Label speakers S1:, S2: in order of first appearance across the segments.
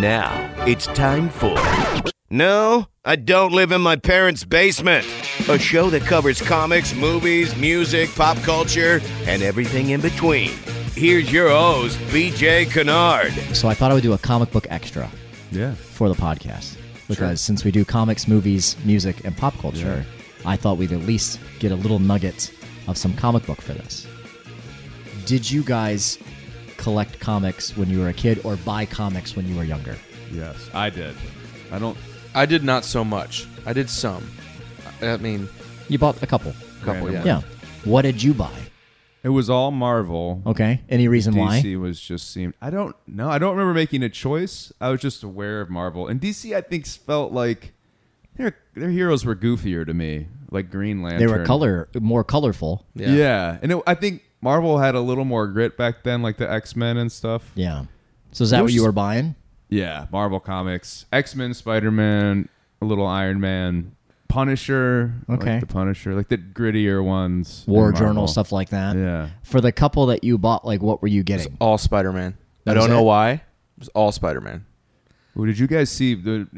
S1: Now it's time for. No, I don't live in my parents' basement. A show that covers comics, movies, music, pop culture, and everything in between. Here's your host, BJ Kennard.
S2: So I thought I would do a comic book extra
S3: Yeah.
S2: for the podcast because since we do comics, movies, music, and pop culture, I thought we'd at least get a little nugget of some comic book for this. Did you guys collect comics when you were a kid or buy comics when you were younger?
S3: Yes, I did. I don't.
S4: I did not so much. I did some. I I mean,
S2: You bought a couple.
S4: a couple, yeah.
S3: Random.
S2: Yeah. What did you buy?
S3: It was all Marvel.
S2: Okay. Any reason why?
S3: DC was just seemed. I don't know. I don't remember making a choice. I was just aware of Marvel and DC. I think felt like their their heroes were goofier to me, like Green Lantern.
S2: They were color more colorful.
S3: Yeah, and it, I think Marvel had a little more grit back then, like the X Men and stuff.
S2: Yeah. So is that what you were buying?
S3: Yeah, Marvel comics, X Men, Spider Man, a little Iron Man, Punisher. like
S2: Okay.
S3: the Punisher, like the grittier ones. in
S2: War
S3: Marvel.
S2: journal stuff like that.
S3: Yeah.
S2: For the couple that you bought, like what were you getting?
S4: All Spider Man. I
S2: was
S4: don't know
S2: it?
S4: why. It was all Spider Man.
S3: Well, did you guys see the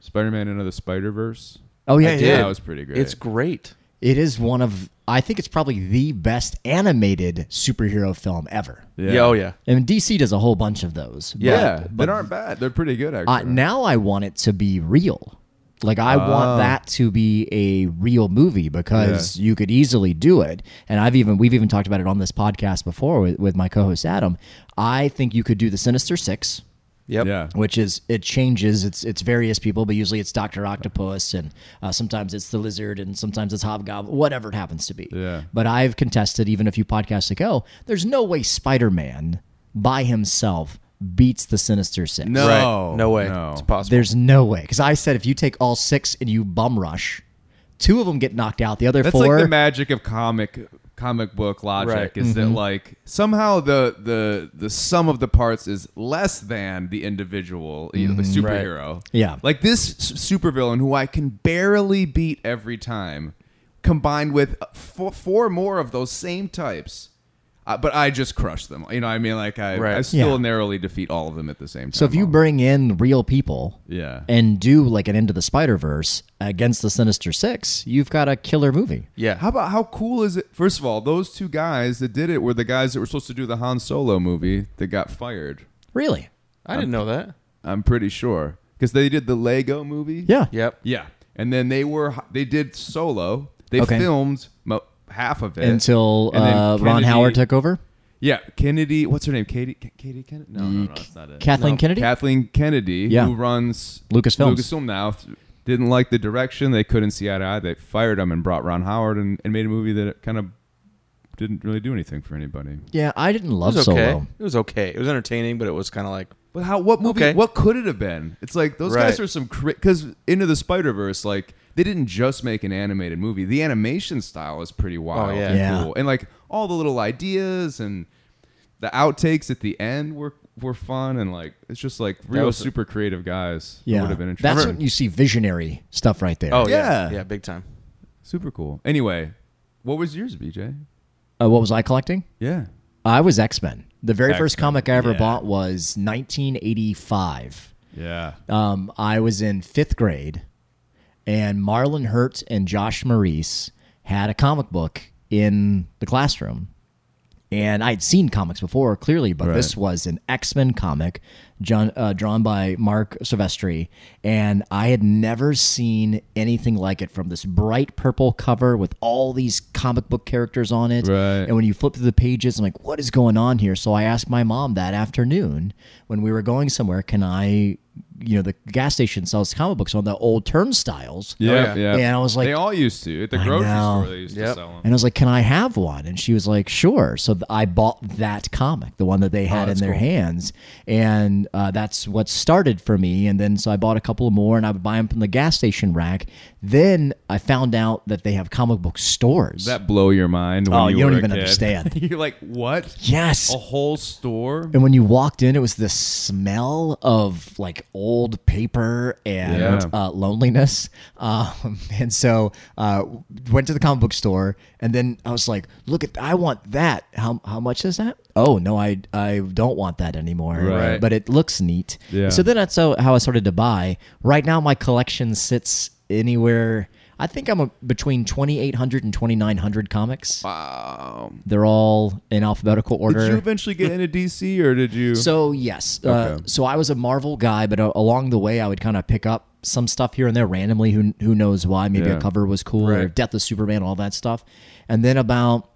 S3: Spider Man into the Spider Verse?
S2: Oh yeah,
S3: did.
S2: yeah.
S3: That was pretty great.
S4: It's great.
S2: It is one of I think it's probably the best animated superhero film ever.
S4: Yeah. oh yeah.
S2: And DC does a whole bunch of those. but-
S3: Yeah,
S2: but,
S3: that aren't bad. They're pretty good actually.
S2: uh, now I want it to be real. Like I want that to be a real movie because you could easily do it. And I've even we've even talked about it on this podcast before with, with my co-host Adam. I think you could do the Sinister Six.
S4: Yep.
S3: Yeah.
S2: which is it changes. It's it's various people, but usually it's Doctor Octopus, and uh, sometimes it's the Lizard, and sometimes it's Hobgoblin, whatever it happens to be.
S3: Yeah.
S2: But I've contested even a few podcasts ago. There's no way Spider Man by himself beats the Sinister Six.
S3: No.
S4: Right. No way.
S3: No.
S4: It's possible.
S2: there's no way. Because I said if you take all six and you bum rush, two of them get knocked out. The other
S3: That's
S2: four,
S3: like the magic of comic comic book logic
S4: Right.
S3: is
S2: Mm-hmm.
S3: that like somehow the the the sum of the parts is less than the individual, you know, the superhero.
S2: Mm-hmm. Yeah.
S3: Like this s- supervillain who I can barely beat every time combined with four, four more of those same types. Uh, but I just crush them. You know, what I mean like I
S4: Right.
S3: I still
S2: Yeah.
S3: narrowly defeat all of them at the same time.
S2: So if you bring in real people,
S3: Yeah.
S2: and do like an Into the Spider Verse against the Sinister Six, you've got a killer movie.
S4: yeah.
S3: How about how cool is it? First of all, those two guys that did it were the guys that were supposed to do the Han Solo movie that got fired.
S2: Really?
S4: I didn't know that.
S3: I'm pretty sure because they did the Lego movie.
S2: Yeah.
S4: Yep.
S3: yeah, and then they were they did Solo. They
S2: Okay.
S3: filmed mo- half of it
S2: Until
S3: And then
S2: uh, Ron
S3: Kennedy-
S2: Howard took over,
S3: Yeah, Kennedy. What's her name? Katie. K- Katie Kennedy. No, no, no, that's not it.
S2: Kathleen Kennedy?
S3: Kathleen Kennedy,
S2: Yeah.
S3: who runs
S2: Lucasfilms.
S3: Lucasfilm now. th- Didn't like the direction. They couldn't see eye to eye. They fired him and brought Ron Howard and, and made a movie that kind of didn't really do anything for anybody.
S2: yeah, I didn't
S4: It
S2: love
S4: was okay.
S2: Solo.
S4: It was okay. It was entertaining, but it was kind of like
S3: But how? What movie?
S4: Okay.
S3: What could it have been? It's like those guys
S4: Right.
S3: are some because Into the Spider Verse, like they didn't just make an animated movie. The animation style is pretty wild,
S4: yeah.
S3: and
S2: Oh, Yeah.
S3: cool, and like all the little ideas and the outtakes at the end were were fun, and like it's just like real
S4: was-
S3: super creative guys. It
S2: Yeah,
S3: would have been interesting.
S2: that's when you see visionary stuff right there.
S4: oh yeah.
S3: Yeah.
S4: yeah big time.
S3: super cool. Anyway, what was yours, BJ?
S2: Uh, what was I collecting?
S3: Yeah,
S2: I was X Men. The very first
S3: X-Men,
S2: comic I ever
S3: yeah.
S2: bought was 1985.
S3: yeah.
S2: um, I was in fifth grade, and Marlon Hurt and Josh Maurice had a comic book in the classroom. And I'd seen comics before, clearly, but this was an X Men comic John, uh, drawn by Mark Silvestri. And I had never seen anything like it from this bright purple cover with all these comic book characters on it.
S3: Right.
S2: And when you flip through the pages, I'm like, what is going on here? So I asked my mom that afternoon when we were going somewhere, can I, you know, the gas station sells comic books on the old turnstiles.
S3: Yeah, yeah.
S4: yeah.
S2: And Oh, I was like-
S3: they all used to at the
S2: I
S3: grocery
S2: know.
S3: store. They used to
S4: Yep.
S3: sell them.
S2: And I was like, can I have one? And she was like, sure. So th- I bought that comic, the one that
S3: Oh,
S2: they had in their hands. And uh, that's what started for me. And then so I bought a couple of more and I would buy them from the gas station rack. Then I found out that they have comic book stores.
S3: that blow your mind. When
S2: Oh,
S3: you,
S2: you don't
S3: were a
S2: even
S3: kid?
S2: understand.
S3: You're like, what?
S2: yes.
S3: A whole store?
S2: And when you walked in, it was the smell of like old paper and
S3: Yeah.
S2: uh, loneliness. Um, and so uh, went to the comic book store, and then I was like, "Look at, I want that. How how much is that? Oh no, I I don't want that anymore.
S3: Right.
S2: But it looks neat.
S3: Yeah.
S2: So then that's how how I started to buy. Right now, my collection sits anywhere. I think I'm a, between 2,800 and 2,900 comics.
S3: Wow.
S2: They're all in alphabetical order.
S3: Did you eventually get into DC or did you?
S2: So yes, uh,
S3: Okay.
S2: so I was a Marvel guy, but uh, along the way, I would kind of pick up some stuff here and there randomly. Who who knows why? Maybe
S3: Yeah.
S2: a cover was cool or
S3: Right.
S2: Death of Superman, all that stuff. And then about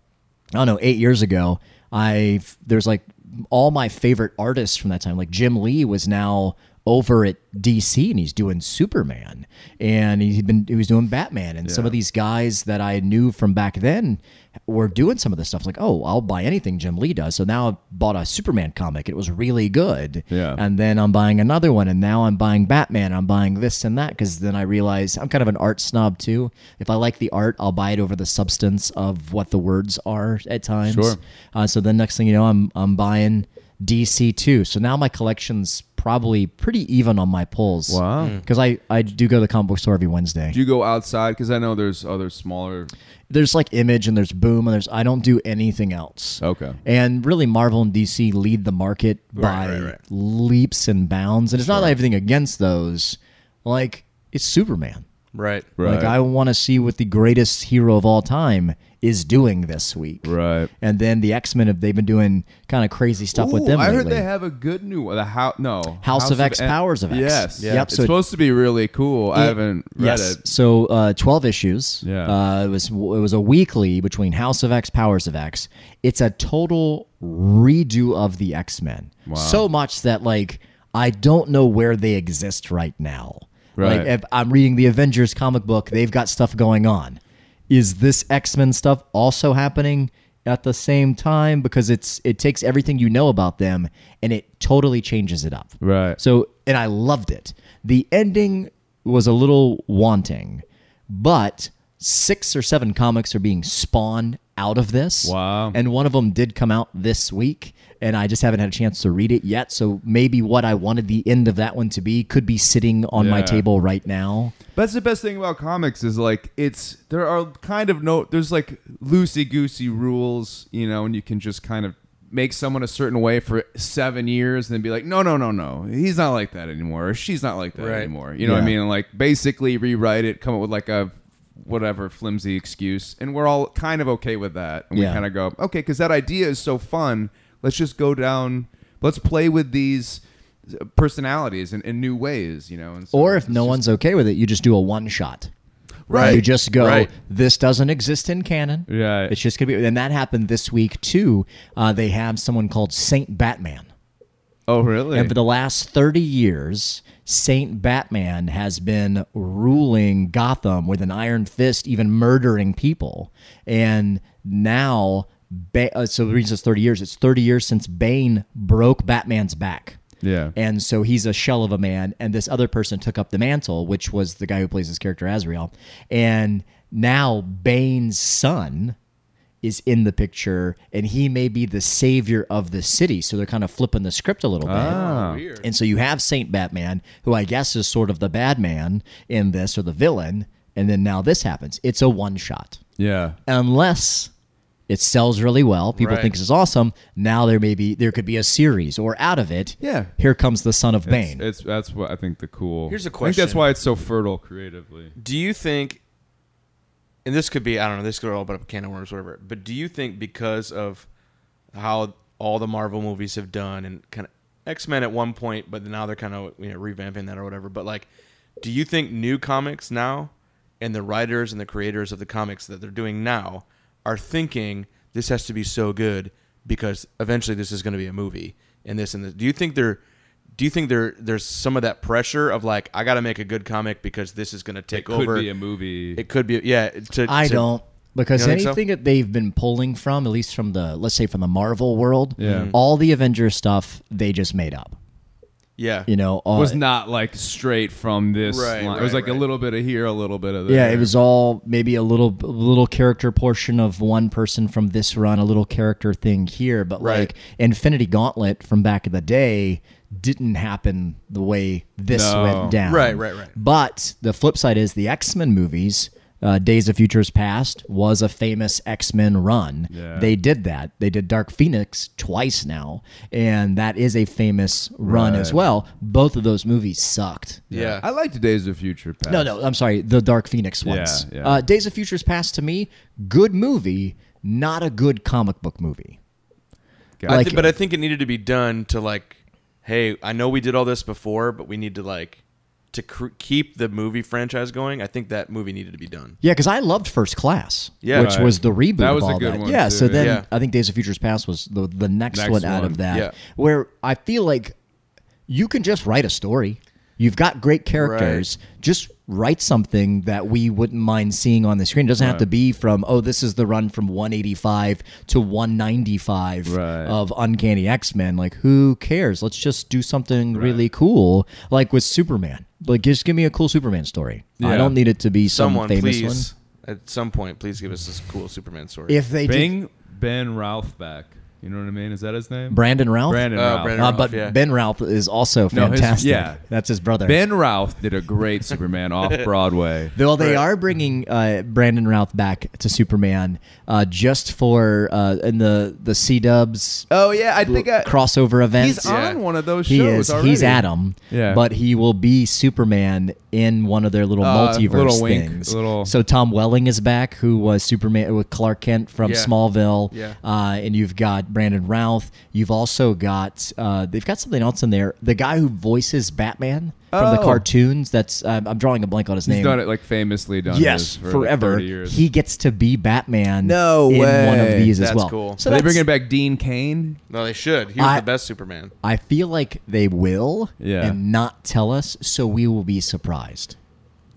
S2: I don't know eight years ago, I there's like all my favorite artists from that time. Like Jim Lee was now over at DC and he's doing Superman and he'd been he was doing Batman and some
S3: Yeah.
S2: of these guys that I knew from back then were doing some of this stuff like oh I'll buy anything Jim Lee does so now I bought a Superman comic it was really good
S3: Yeah.
S2: and then I'm buying another one and now I'm buying Batman I'm buying this and that because then I realize I'm kind of an art snob too if I like the art I'll buy it over the substance of what the words are at times
S3: Sure.
S2: uh, so then next thing you know, I'm I'm buying DC too. So now my collection's probably pretty even on my pulls.
S3: Wow.
S2: Because I, I do go to the comic book store every Wednesday.
S3: Do you go outside? Because I know there's other smaller.
S2: there's like Image and there's Boom and there's I don't do anything else.
S3: Okay.
S2: And really, Marvel and DC lead the market by
S4: right, right.
S2: leaps and bounds. And it's not everything against those. Like it's Superman.
S4: Right.
S3: Right.
S2: Like I want to see what the greatest hero of all time is doing this week.
S3: right.
S2: And then the X Men have they've been doing kind of crazy stuff with
S3: Ooh,
S2: them.
S3: I heard
S2: lately.
S3: they have a good new one. The how no
S2: House of X,
S3: N-
S2: Powers of X.
S3: Yes,
S2: Yeah. Yep,
S3: It's
S2: so-
S3: supposed to be really cool. I haven't read
S2: yes.
S3: it.
S2: So uh, twelve issues.
S3: Yeah.
S2: Uh, it was it was a weekly between House of X, Powers of X. It's a total redo of the X Men. So much that like I don't know where they exist right now.
S3: Right.
S2: Like if I'm reading the Avengers comic book, they've got stuff going on. Is this X Men stuff also happening? At the same time, because it's it takes everything you know about them and it totally changes it up.
S3: Right.
S2: So, and I loved it. The ending was a little wanting, but six or seven comics are being spawned out of this.
S3: Wow.
S2: And one of them did come out this week, and I just haven't had a chance to read it yet. So maybe what I wanted the end of that one to be could be sitting on my
S3: Yeah.
S2: table right now.
S3: That's the best thing about comics is like it's there are kind of no there's like loosey goosey rules, you know, and you can just kind of make someone a certain way for seven years and then be like, no, no, no, no, he's not like that anymore, or she's not like that
S4: Right.
S3: anymore. You know what I
S2: Yeah.
S3: mean? Like basically rewrite it, come up with like a whatever flimsy excuse, and we're all kind of okay with that, and we
S2: Yeah.
S3: kind of go okay because that idea is so fun. Let's just go down. Let's play with these personalities in, in new ways, you know. And so
S2: Or if
S3: it's
S2: no
S3: just-
S2: one's okay with it, you just do a one shot.
S4: Right.
S2: You just go,
S4: Right.
S2: this doesn't exist in canon.
S3: Yeah.
S2: It's just going to be. And that happened this week, too. Uh, they have someone called Saint Batman.
S3: oh really?
S2: And for the last 30 years, Saint Batman has been ruling Gotham with an iron fist, even murdering people. And now, ba- uh, so the reason it's 30 years, it's 30 years since Bane broke Batman's back.
S3: Yeah.
S2: And so he's a shell of a man. And this other person took up the mantle, which was the guy who plays his character Azrael. And now Bane's son is in the picture, and he may be the savior of the city. So they're kind of flipping the script a little bit.
S4: Weird.
S2: And so you have Saint Batman, who I guess is sort of the bad man in this or the villain. And then now this happens. It's a one shot.
S3: Yeah.
S2: Unless it sells really well, people
S4: Right.
S2: think this is awesome. Now there may be there could be a series or out of it.
S3: Yeah.
S2: Here comes the son of Bane.
S3: It's that's what I think the cool.
S4: Here's a
S3: I think that's
S4: question.
S3: why it's so fertile creatively.
S4: Do you think, and this could be, I don't know, this could open up a can of worms, whatever, but do you think because of how all the Marvel movies have done and kind of X Men at one point, but now they're kind of you know, revamping that or whatever, but like, do you think new comics now and the writers and the creators of the comics that they're doing now are thinking this has to be so good because eventually this is going to be a movie and this and this? Do you think they're do you think there there's some of that pressure of like I got to make a good comic because this is going to take
S3: Could
S4: over?
S3: be a movie.
S4: It could be, yeah. To,
S2: I
S4: to-
S2: don't because
S4: You don't think so?
S2: anything that they've been pulling from, at least from the let's say from the Marvel world,
S3: Yeah. Mhm.
S2: all the Avengers stuff they just made up.
S4: Yeah.
S2: You know, all,
S3: was not like straight from this.
S4: Right,
S3: line. it was
S4: right,
S3: like a
S4: right.
S3: little bit of here, a little bit of there.
S2: Yeah, it was all maybe a little a little character portion of one person from this run, a little character thing here, but
S4: Right.
S2: like Infinity Gauntlet from back in the day didn't happen the way this
S3: No.
S2: went down.
S4: Right, right, right.
S2: But the flip side is the X Men movies. Uh, Days of Futures Past was a famous X Men run.
S3: Yeah.
S2: They did that. They did Dark Phoenix twice now, and that is a famous run as
S3: Right.
S2: well. Both of those movies sucked.
S4: Yeah.
S3: I liked Days of Future Past.
S2: No, no, I'm sorry. The Dark Phoenix ones.
S3: yeah.
S2: Uh, Days of Futures Past to me, good movie, not a good comic book movie.
S3: Gotcha.
S4: I
S2: Like-
S4: thi- but I think it needed to be done to like, hey, I know we did all this before, but we need to like to cr- keep the movie franchise going. I think that movie needed to be done.
S2: Yeah, because I loved First Class,
S4: Yeah.
S2: which
S4: Right.
S2: was the reboot
S3: That
S2: of
S3: was a
S2: all
S3: good
S2: that.
S3: one,
S2: yeah,
S3: too,
S2: so then
S4: yeah.
S2: I think Days of Futures Past was the the next,
S3: Next
S2: one out
S3: one.
S2: of that,
S4: Yeah.
S2: where I feel like you can just write a story. You've got great characters. Just write something that we wouldn't mind seeing on the screen. It doesn't have to be from oh, this is the run from 185 to 195
S3: Right.
S2: of Uncanny X Men. Like who cares? Let's just do something really cool, like with Superman. Like just give me a cool Superman story. I
S3: Yeah.
S2: don't need it to be some
S4: Someone,
S2: famous one.
S4: please, at some point, please give us this cool Superman story.
S2: If they did
S3: Bing Ben Ralph back. You know what I mean? Is that his name?
S2: Brandon Ralph,
S3: Brandon
S4: Oh,
S3: Ralph.
S4: Brandon
S2: uh,
S4: Ralph,
S2: but
S4: yeah.
S2: Ben Ralph is also
S3: No, his-
S2: fantastic.
S3: yeah.
S2: that's his brother.
S3: Ben Ralph did a great Superman off Broadway.
S2: Though they are bringing uh, Brandon Routh back to Superman uh, just for uh, in the the C Dubs
S3: Oh yeah, I think I,
S2: crossover events.
S3: he's on one of those shows
S2: He is.
S3: already.
S2: He's Adam.
S3: Yeah.
S2: But he will be Superman in one of their little
S3: Uh,
S2: multiverse
S3: little wink,
S2: things.
S3: little-
S2: So Tom Welling is back, who was Superman with Clark Kent from
S4: Yeah.
S2: Smallville.
S4: Yeah.
S2: Uh, and you've got Brandon Routh. You've also got uh, they've got something else in there. The guy who voices Batman from the
S3: Oh.
S2: cartoons. That's um, I'm drawing a blank on his
S3: He's
S2: name.
S3: done it like famously done.
S2: Yes,
S3: this for like,
S2: forever.
S3: 30 years.
S2: he gets to be Batman.
S3: No
S2: in one of
S3: way.
S2: these as
S4: That's
S2: well.
S4: cool.
S2: So
S3: Are they
S2: that's,
S3: bringing back Dean Kane?
S4: no, they should. He was
S2: I-
S4: the best Superman.
S2: I feel like they will
S3: Yeah.
S2: and not tell us, so we will be surprised.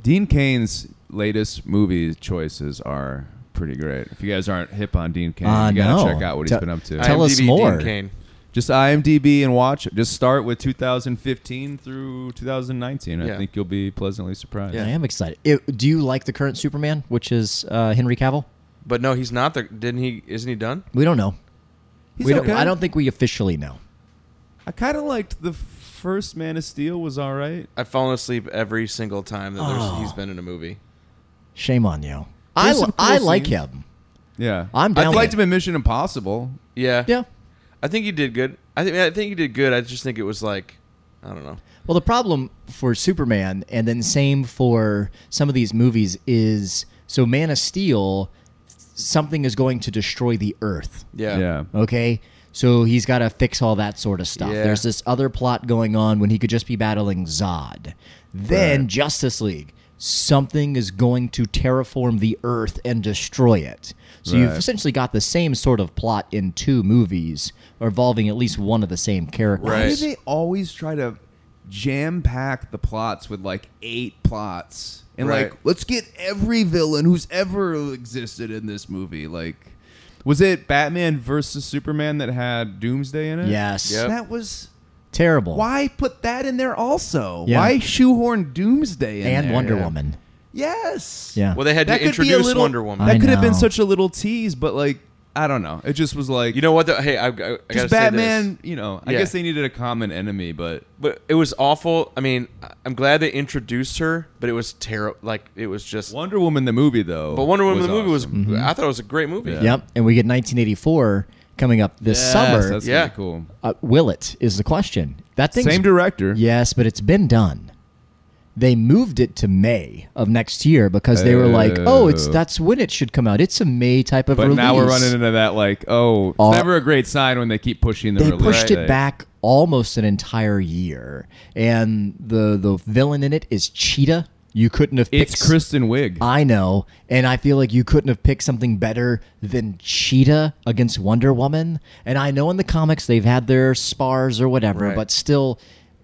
S3: Dean Kane's latest movie choices are pretty great. If you guys aren't hip on Dean Kane,
S2: Uh,
S3: you gotta
S2: no.
S3: check out what
S2: Te-
S3: he's been up to.
S2: Tell us
S4: IMDb, Dean
S2: more.
S4: Cain.
S3: Just IMDb and watch. Just start with 2015 through 2019. I
S4: Yeah.
S3: think you'll be pleasantly surprised.
S4: Yeah.
S2: I am excited. It- do you like the current Superman, which is uh, Henry Cavill?
S4: But no, he's not there. Didn't he? Isn't he done?
S2: We don't know.
S3: He's
S2: we don't,
S3: okay.
S2: I don't think we officially know.
S3: I kind of liked the first Man of Steel was all right.
S4: I've fallen asleep every single time that there's,
S2: Oh.
S4: he's been in a movie.
S2: Shame on you. I,
S3: There's
S2: li-
S3: some cool
S2: I like
S3: scenes.
S2: him.
S3: Yeah,
S2: I'm down
S3: I
S2: with
S3: liked
S2: it.
S3: him in Mission Impossible.
S4: Yeah.
S2: Yeah.
S4: I think he did good. I think I think he did good. I just think it was like, I don't know.
S2: Well, the problem for Superman, and then same for some of these movies, is so Man of Steel, something is going to destroy the Earth.
S4: Yeah.
S2: Okay. So he's got to fix all that sort of stuff.
S4: Yeah.
S2: There's this other plot going on when he could just be battling Zod. Then
S3: Right.
S2: Justice League. Something is going to terraform the Earth and destroy it. So you've
S3: Right.
S2: essentially got the same sort of plot in two movies involving at least one of the same characters.
S4: Right.
S3: Why do they always try to jam pack the plots with like eight plots? And
S4: Right.
S3: like, let's get every villain who's ever existed in this movie. Like, was it Batman versus Superman that had Doomsday in it?
S2: Yes.
S4: Yep.
S3: That was.
S2: Terrible.
S3: Why put that in there also?
S2: Yeah.
S3: Why shoehorn Doomsday in
S2: And
S3: there?
S2: Wonder Woman.
S3: Yes.
S2: Yeah.
S4: Well, they had
S3: That
S4: to
S3: could be a
S4: introduce
S3: little-
S4: Wonder Woman.
S2: I
S3: That could have been
S2: know.
S3: such a little tease, but like, I don't know. It just was like,
S4: you know what? though? hey, I, I, I gotta say
S3: just
S4: this.
S3: Batman. You know, I
S4: Yeah.
S3: guess they needed a common enemy, but
S4: but it was awful. I mean, I- I'm glad they introduced her, but it was terrible. Like it was just.
S3: Wonder Woman the movie though.
S4: but Wonder Woman the movie
S3: awesome.
S4: was. I thought it was a great movie.
S3: Yeah.
S2: Yep. And we get 1984 coming up this
S3: Yes,
S2: summer.
S3: That's
S4: Yeah.
S3: really cool.
S2: Uh, will it is the question. That thing's
S3: Same director.
S2: Yes, but it's been done. They moved it to May of next year because they were like, "Oh, it's
S3: Oh.
S2: that's when it should come out. It's a May type of
S3: But
S2: release."
S3: now we're running into that like, oh, it's
S2: All-
S3: never a great sign when they keep pushing the
S2: They
S3: release.
S2: pushed
S3: date.
S2: it back almost an entire year, and the the villain in it is Cheetah. You couldn't have
S3: It's
S2: picked
S3: Kristen Wiig.
S2: I know, and I feel like you couldn't have picked something better than Cheetah against Wonder Woman. And I know in the comics they've had their spars or whatever,
S4: Right.
S2: but still,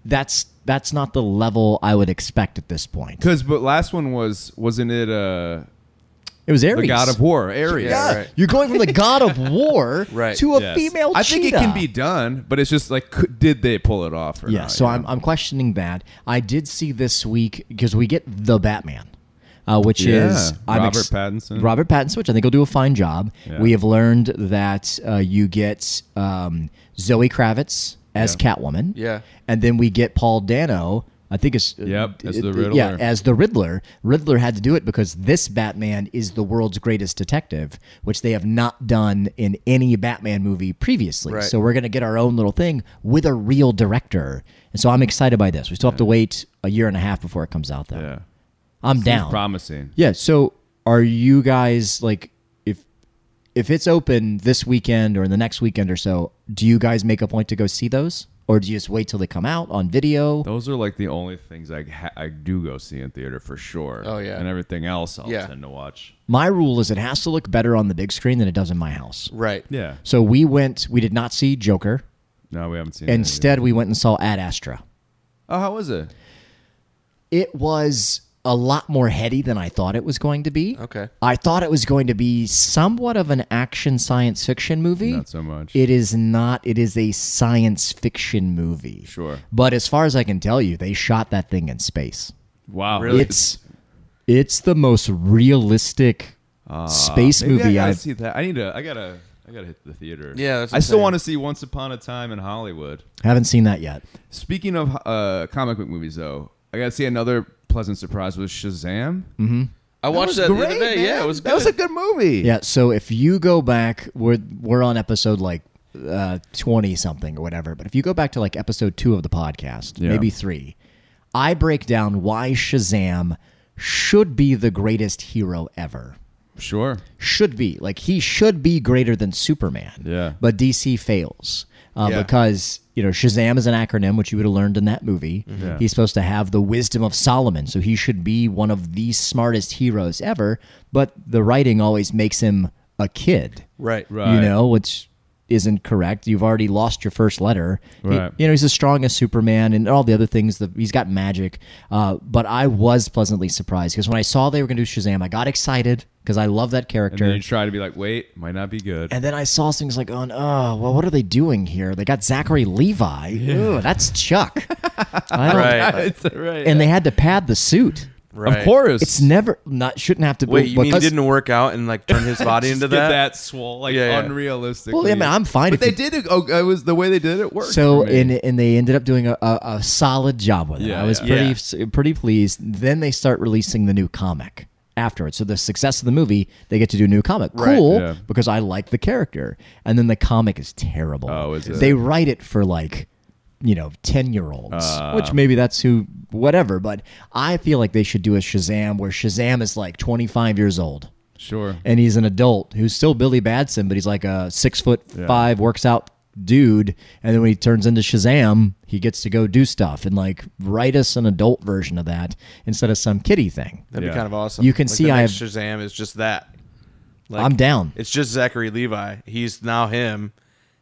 S2: that's that's not the level I would expect at this point.
S3: Because but last one was wasn't it uh
S2: It was Ares.
S3: the god of war, Aries.
S4: Yeah,
S2: Yeah,
S4: right.
S2: you're going from the god of war
S4: Right,
S2: to a
S3: Yes.
S2: female.
S3: I think it
S2: cheetah.
S3: can be done, but it's just like, could, did they pull it off? Or
S2: Yeah,
S3: not,
S2: so
S3: you
S2: I'm,
S3: know?
S2: I'm questioning that. I did see this week because we get the Batman, uh, which
S3: Yeah,
S2: is I'm
S3: Robert Pattinson.
S2: Robert Pattinson, which I think will do a fine job.
S3: Yeah.
S2: We have learned that uh, you get um, Zoe Kravitz as Catwoman.
S4: Yeah.
S2: and then we get Paul Dano. I think it's uh,
S3: Yep, as the
S2: Yeah,
S3: Riddler.
S2: as the Riddler. Riddler had to do it because this Batman is the world's greatest detective, which they have not done in any Batman movie previously.
S4: Right.
S2: So we're going to get our own little thing with a real director. And so I'm excited by this. We still have to wait a year and a half before it comes out, though.
S3: yeah,
S2: I'm
S3: It's
S2: down.
S3: promising.
S2: Yeah. So are you guys like, if if it's open this weekend or in the next weekend or so, do you guys make a point to go see those, or do you just wait till they come out on video?
S3: Those are like the only things I ha- I do go see in theater for sure.
S4: Oh, yeah.
S3: and everything else I'll
S4: Yeah.
S3: tend to watch.
S2: My rule is it has to look better on the big screen than it does in my house.
S4: Right.
S3: Yeah,
S2: So we went. We did not see Joker.
S3: no, we haven't seen. that either.
S2: Instead, we went and saw Ad Astra.
S3: oh, how was it?
S2: it was a lot more heady than I thought it was going to be.
S4: Okay.
S2: I thought it was going to be somewhat of an action science fiction movie.
S3: Not so much.
S2: It is not. It is a science fiction movie.
S3: Sure.
S2: But as far as I can tell you, they shot that thing in space.
S3: Wow,
S4: Really?
S2: It's it's the most realistic space
S3: Ah, Maybe I
S2: movie
S3: gotta
S2: I've
S3: see that. I need to. I gotta. I gotta hit the theater.
S4: Yeah, that's what
S3: I
S4: I'm
S3: still
S4: saying.
S3: want to see Once Upon a Time in Hollywood.
S2: haven't seen that yet.
S3: Speaking of uh, comic book movies, though, I gotta see another pleasant surprise with Shazam.
S4: I watched that,
S3: That was
S4: the other day.
S3: great,
S4: Yeah,
S3: man.
S4: it was good.
S3: That was a good movie.
S2: Yeah. So if you go back, we're we're on episode like twenty something or whatever. But if you go back to like episode two of the podcast,
S3: Yeah.
S2: maybe three, I break down why Shazam should be the greatest hero ever.
S3: Sure.
S2: Should be like he should be greater than Superman.
S3: Yeah.
S2: But DC fails uh,
S4: Yeah.
S2: because you know Shazam is an acronym which you would have learned in that movie.
S3: Mm-hmm. Yeah.
S2: He's supposed to have the wisdom of Solomon, so he should be one of the smartest heroes ever. But the writing always makes him a kid,
S4: right.
S3: Right.
S2: you know, which isn't correct. You've already lost your first letter. He-
S3: Right.
S2: you know, he's as strong as Superman and all the other things. That he's got magic. Uh, but I was pleasantly surprised because when I saw they were going to do Shazam, I got excited because I love that
S3: And
S2: character.
S3: then you try to be like, wait, might not be good.
S2: And then I saw things like, on, oh, well, what are they doing here? They got Zachary Levi. Ooh, that's Chuck. I don't-
S4: Right.
S3: It's- right.
S2: And they had to pad the suit.
S4: Right.
S3: Of course.
S2: It's never not shouldn't have to.
S4: Wait,
S2: be,
S4: you mean it
S2: because-
S4: didn't work out and like turn his body
S3: Just
S4: into
S3: get
S4: that?
S3: that swole, like
S4: Yeah, yeah.
S3: unrealistic.
S2: Well, yeah, man, I'm fine if
S3: But they did it. Oh, it was the way they did it worked.
S2: So
S3: for me.
S2: and and they ended up doing a, a, a solid job with it.
S3: Yeah,
S2: I was
S3: yeah.
S2: pretty
S4: Yeah.
S2: s- pretty pleased. Then they start releasing the new comic afterwards. So the success of the movie, they get to do a new comic.
S4: Right,
S2: cool,
S3: yeah.
S2: because I like the character. And then the comic is terrible.
S3: Oh, is it?
S2: They write it for like you know, ten year olds,
S3: Uh.
S2: which maybe that's who, whatever. But I feel like they should do a Shazam where Shazam is like twenty five years old
S3: sure.
S2: and he's an adult who's still Billy Batson, but he's like a six foot five works out dude. And then when he turns into Shazam, he gets to go do stuff and like write us an adult version of that instead of some kiddie thing.
S4: That'd
S3: Yeah.
S4: be kind of awesome.
S2: You can
S4: Like,
S2: see
S4: the
S2: I
S4: next
S2: have-
S4: Shazam is just that. Like,
S2: I'm down.
S4: It's just Zachary Levi. He's now him,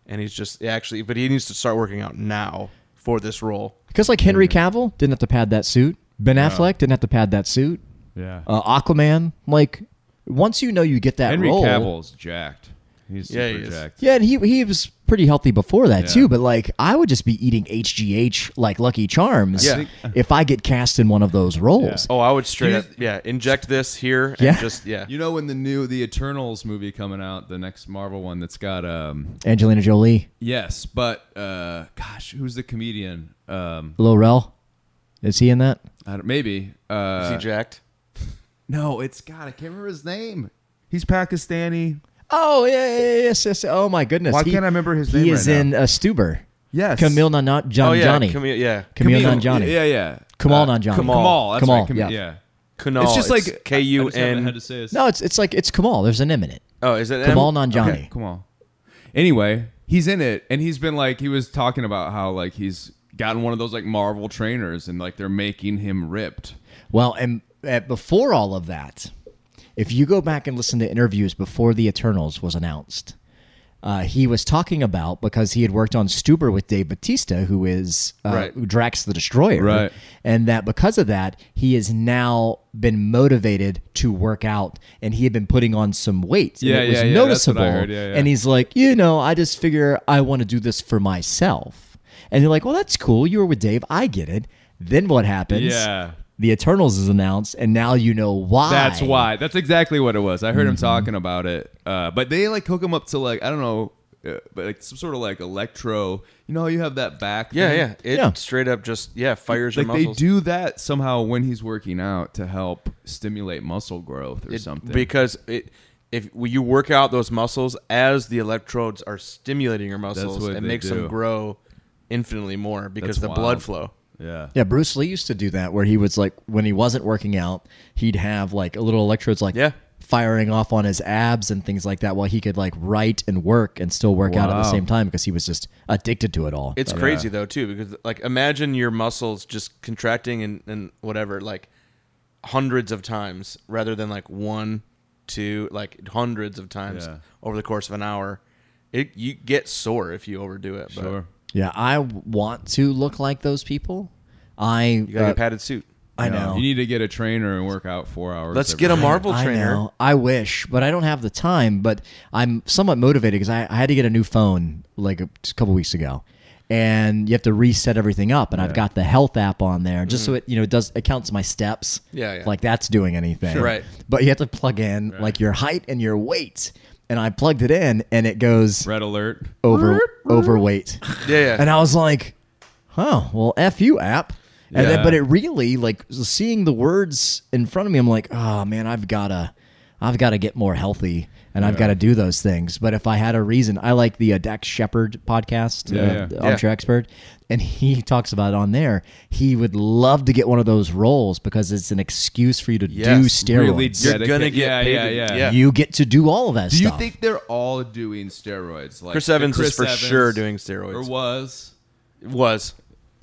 S4: and he's just actually, but he needs to start working out now for this role.
S2: Because like Henry Cavill didn't have to pad that suit, Ben Affleck didn't have to pad that suit,
S3: Yeah.
S2: uh, Aquaman. Like once you know you get that
S3: Henry
S2: role,
S3: Cavill's jacked. He's super
S4: Yeah, he is.
S3: jacked.
S2: Yeah, and he he was pretty healthy before that
S3: Yeah.
S2: too. But like, I would just be eating HGH like Lucky Charms
S4: Yeah.
S2: if I get cast in one of those roles.
S4: Oh, I would straight
S3: You-
S4: up, yeah, inject this here and
S2: Yeah.
S4: just yeah,
S3: You know when the new the Eternals movie coming out, the next Marvel one that's got um
S2: Angelina Jolie,
S3: yes, but uh gosh, who's the comedian? Um
S2: Lil Rel, is he in that?
S3: I don't, maybe uh
S4: is he jacked?
S3: no, it's God, I can't remember his name. He's Pakistani.
S2: Oh yeah, yeah, yeah, yes, yes. Oh my goodness,
S3: Why can't I remember his
S2: He
S3: name
S2: is
S3: right
S2: in uh, Stuber.
S3: Yes.
S2: Camille Nanjani. John
S4: Oh yeah,
S2: Johnny. Camille,
S4: Camille, yeah,
S2: Nanjani.
S3: Yeah, yeah. Uh,
S2: Kamal Nanjiani.
S3: Kamal. Kamal, that's
S2: Kamal,
S3: right, Kam-
S2: yeah.
S3: yeah.
S4: Kunal.
S3: it's just like
S4: K U N.
S2: No, it's it's like it's Kamal. There's an M in it.
S4: Oh, is it
S2: Kamal
S4: M?
S2: Nanjani.
S3: Okay, come on. Anyway, he's in it, and he's been like he was talking about how like he's gotten one of those like Marvel trainers, and like they're making him ripped.
S2: Well, and uh, before all of that, if you go back and listen to interviews before the Eternals was announced, uh, he was talking about because he had worked on Stuber with Dave Batista, who is uh,
S3: Right.
S2: Drax the Destroyer,
S3: Right.
S2: and that because of that, he has now been motivated to work out, and he had been putting on some weight. and
S3: Yeah,
S2: it was
S3: yeah, yeah, that's what
S2: noticeable.
S3: I heard. Yeah, yeah.
S2: And he's like, you know, I just figure I want to do this for myself. And you're like, well, that's cool. You were with Dave. I get it. Then what happens?
S3: Yeah.
S2: The Eternals is announced, and now you know why.
S3: That's why. That's exactly what it was. I heard him
S4: Mm-hmm.
S3: talking about it. Uh, but they like hook him up to like I don't know, uh, but like some sort of like electro. You know, how you have that back.
S4: Yeah,
S3: thing?
S4: yeah. It
S2: Yeah.
S4: straight up just yeah fires
S3: Like
S4: your
S3: they
S4: muscles.
S3: do that somehow when he's working out to help stimulate muscle growth or
S4: It-
S3: something.
S4: because it if you work out those muscles as the electrodes are stimulating your muscles,
S3: what
S4: it
S3: they
S4: makes
S3: do.
S4: them grow infinitely more because
S3: That's
S4: the
S3: wild.
S4: blood flow.
S3: yeah.
S2: Yeah, Bruce Lee used to do that where he was like, when he wasn't working out, he'd have like a little electrodes like
S4: Yeah.
S2: firing off on his abs and things like that while he could like write and work and still work out at the
S3: Wow.
S2: same time because he was just addicted to it all.
S4: It's crazy though too because like imagine your muscles just contracting and, and whatever like hundreds of times rather than like one, two, like hundreds of times
S3: Yeah.
S4: over the course of an hour. It you get sore if you overdo it. But
S3: Sure.
S2: yeah, I want to look like those people. I,
S4: You got to
S2: uh,
S4: get a padded suit.
S2: I know.
S3: You need to get a trainer and work out four hours.
S4: Let's
S3: every
S4: get a
S3: day.
S4: Marvel
S2: I
S4: trainer.
S2: know. I wish, but I don't have the time. But I'm somewhat motivated because I, I had to get a new phone like a, just a couple weeks ago, and you have to reset everything up. And I've got the health app on there just so it you know it does it counts my steps.
S4: Mm. Yeah, yeah.
S2: like that's doing anything.
S4: Sure. Right.
S2: But you have to plug in like your height and your weight. And I plugged it in, and it goes
S3: Red alert.
S2: over overweight.
S4: Yeah, yeah.
S2: And I was like, huh, well, F you app. And then,
S3: Yeah.
S2: but it really like seeing the words in front of me, I'm like, oh man, I've gotta, I've gotta get more healthy and I've gotta do those things. But if I had a reason, I like the uh, Dax Shepard podcast,
S3: Yeah,
S2: uh,
S3: yeah.
S2: the Armchair
S4: Yeah.
S2: Expert, and he talks about it on there. He would love to get one of those roles because it's an excuse for you to do
S4: Yes,
S2: steroids.
S3: really
S4: You're
S3: Dedicate-
S4: gonna get
S3: yeah,
S4: paid.
S3: yeah,
S4: to-
S3: yeah.
S2: You get to do all of that
S3: Do you
S2: stuff.
S3: think they're all doing steroids? Like
S4: Chris Evans
S3: Chris
S4: is for
S3: Evans
S4: sure doing
S3: or
S4: steroids.
S3: was.
S4: Was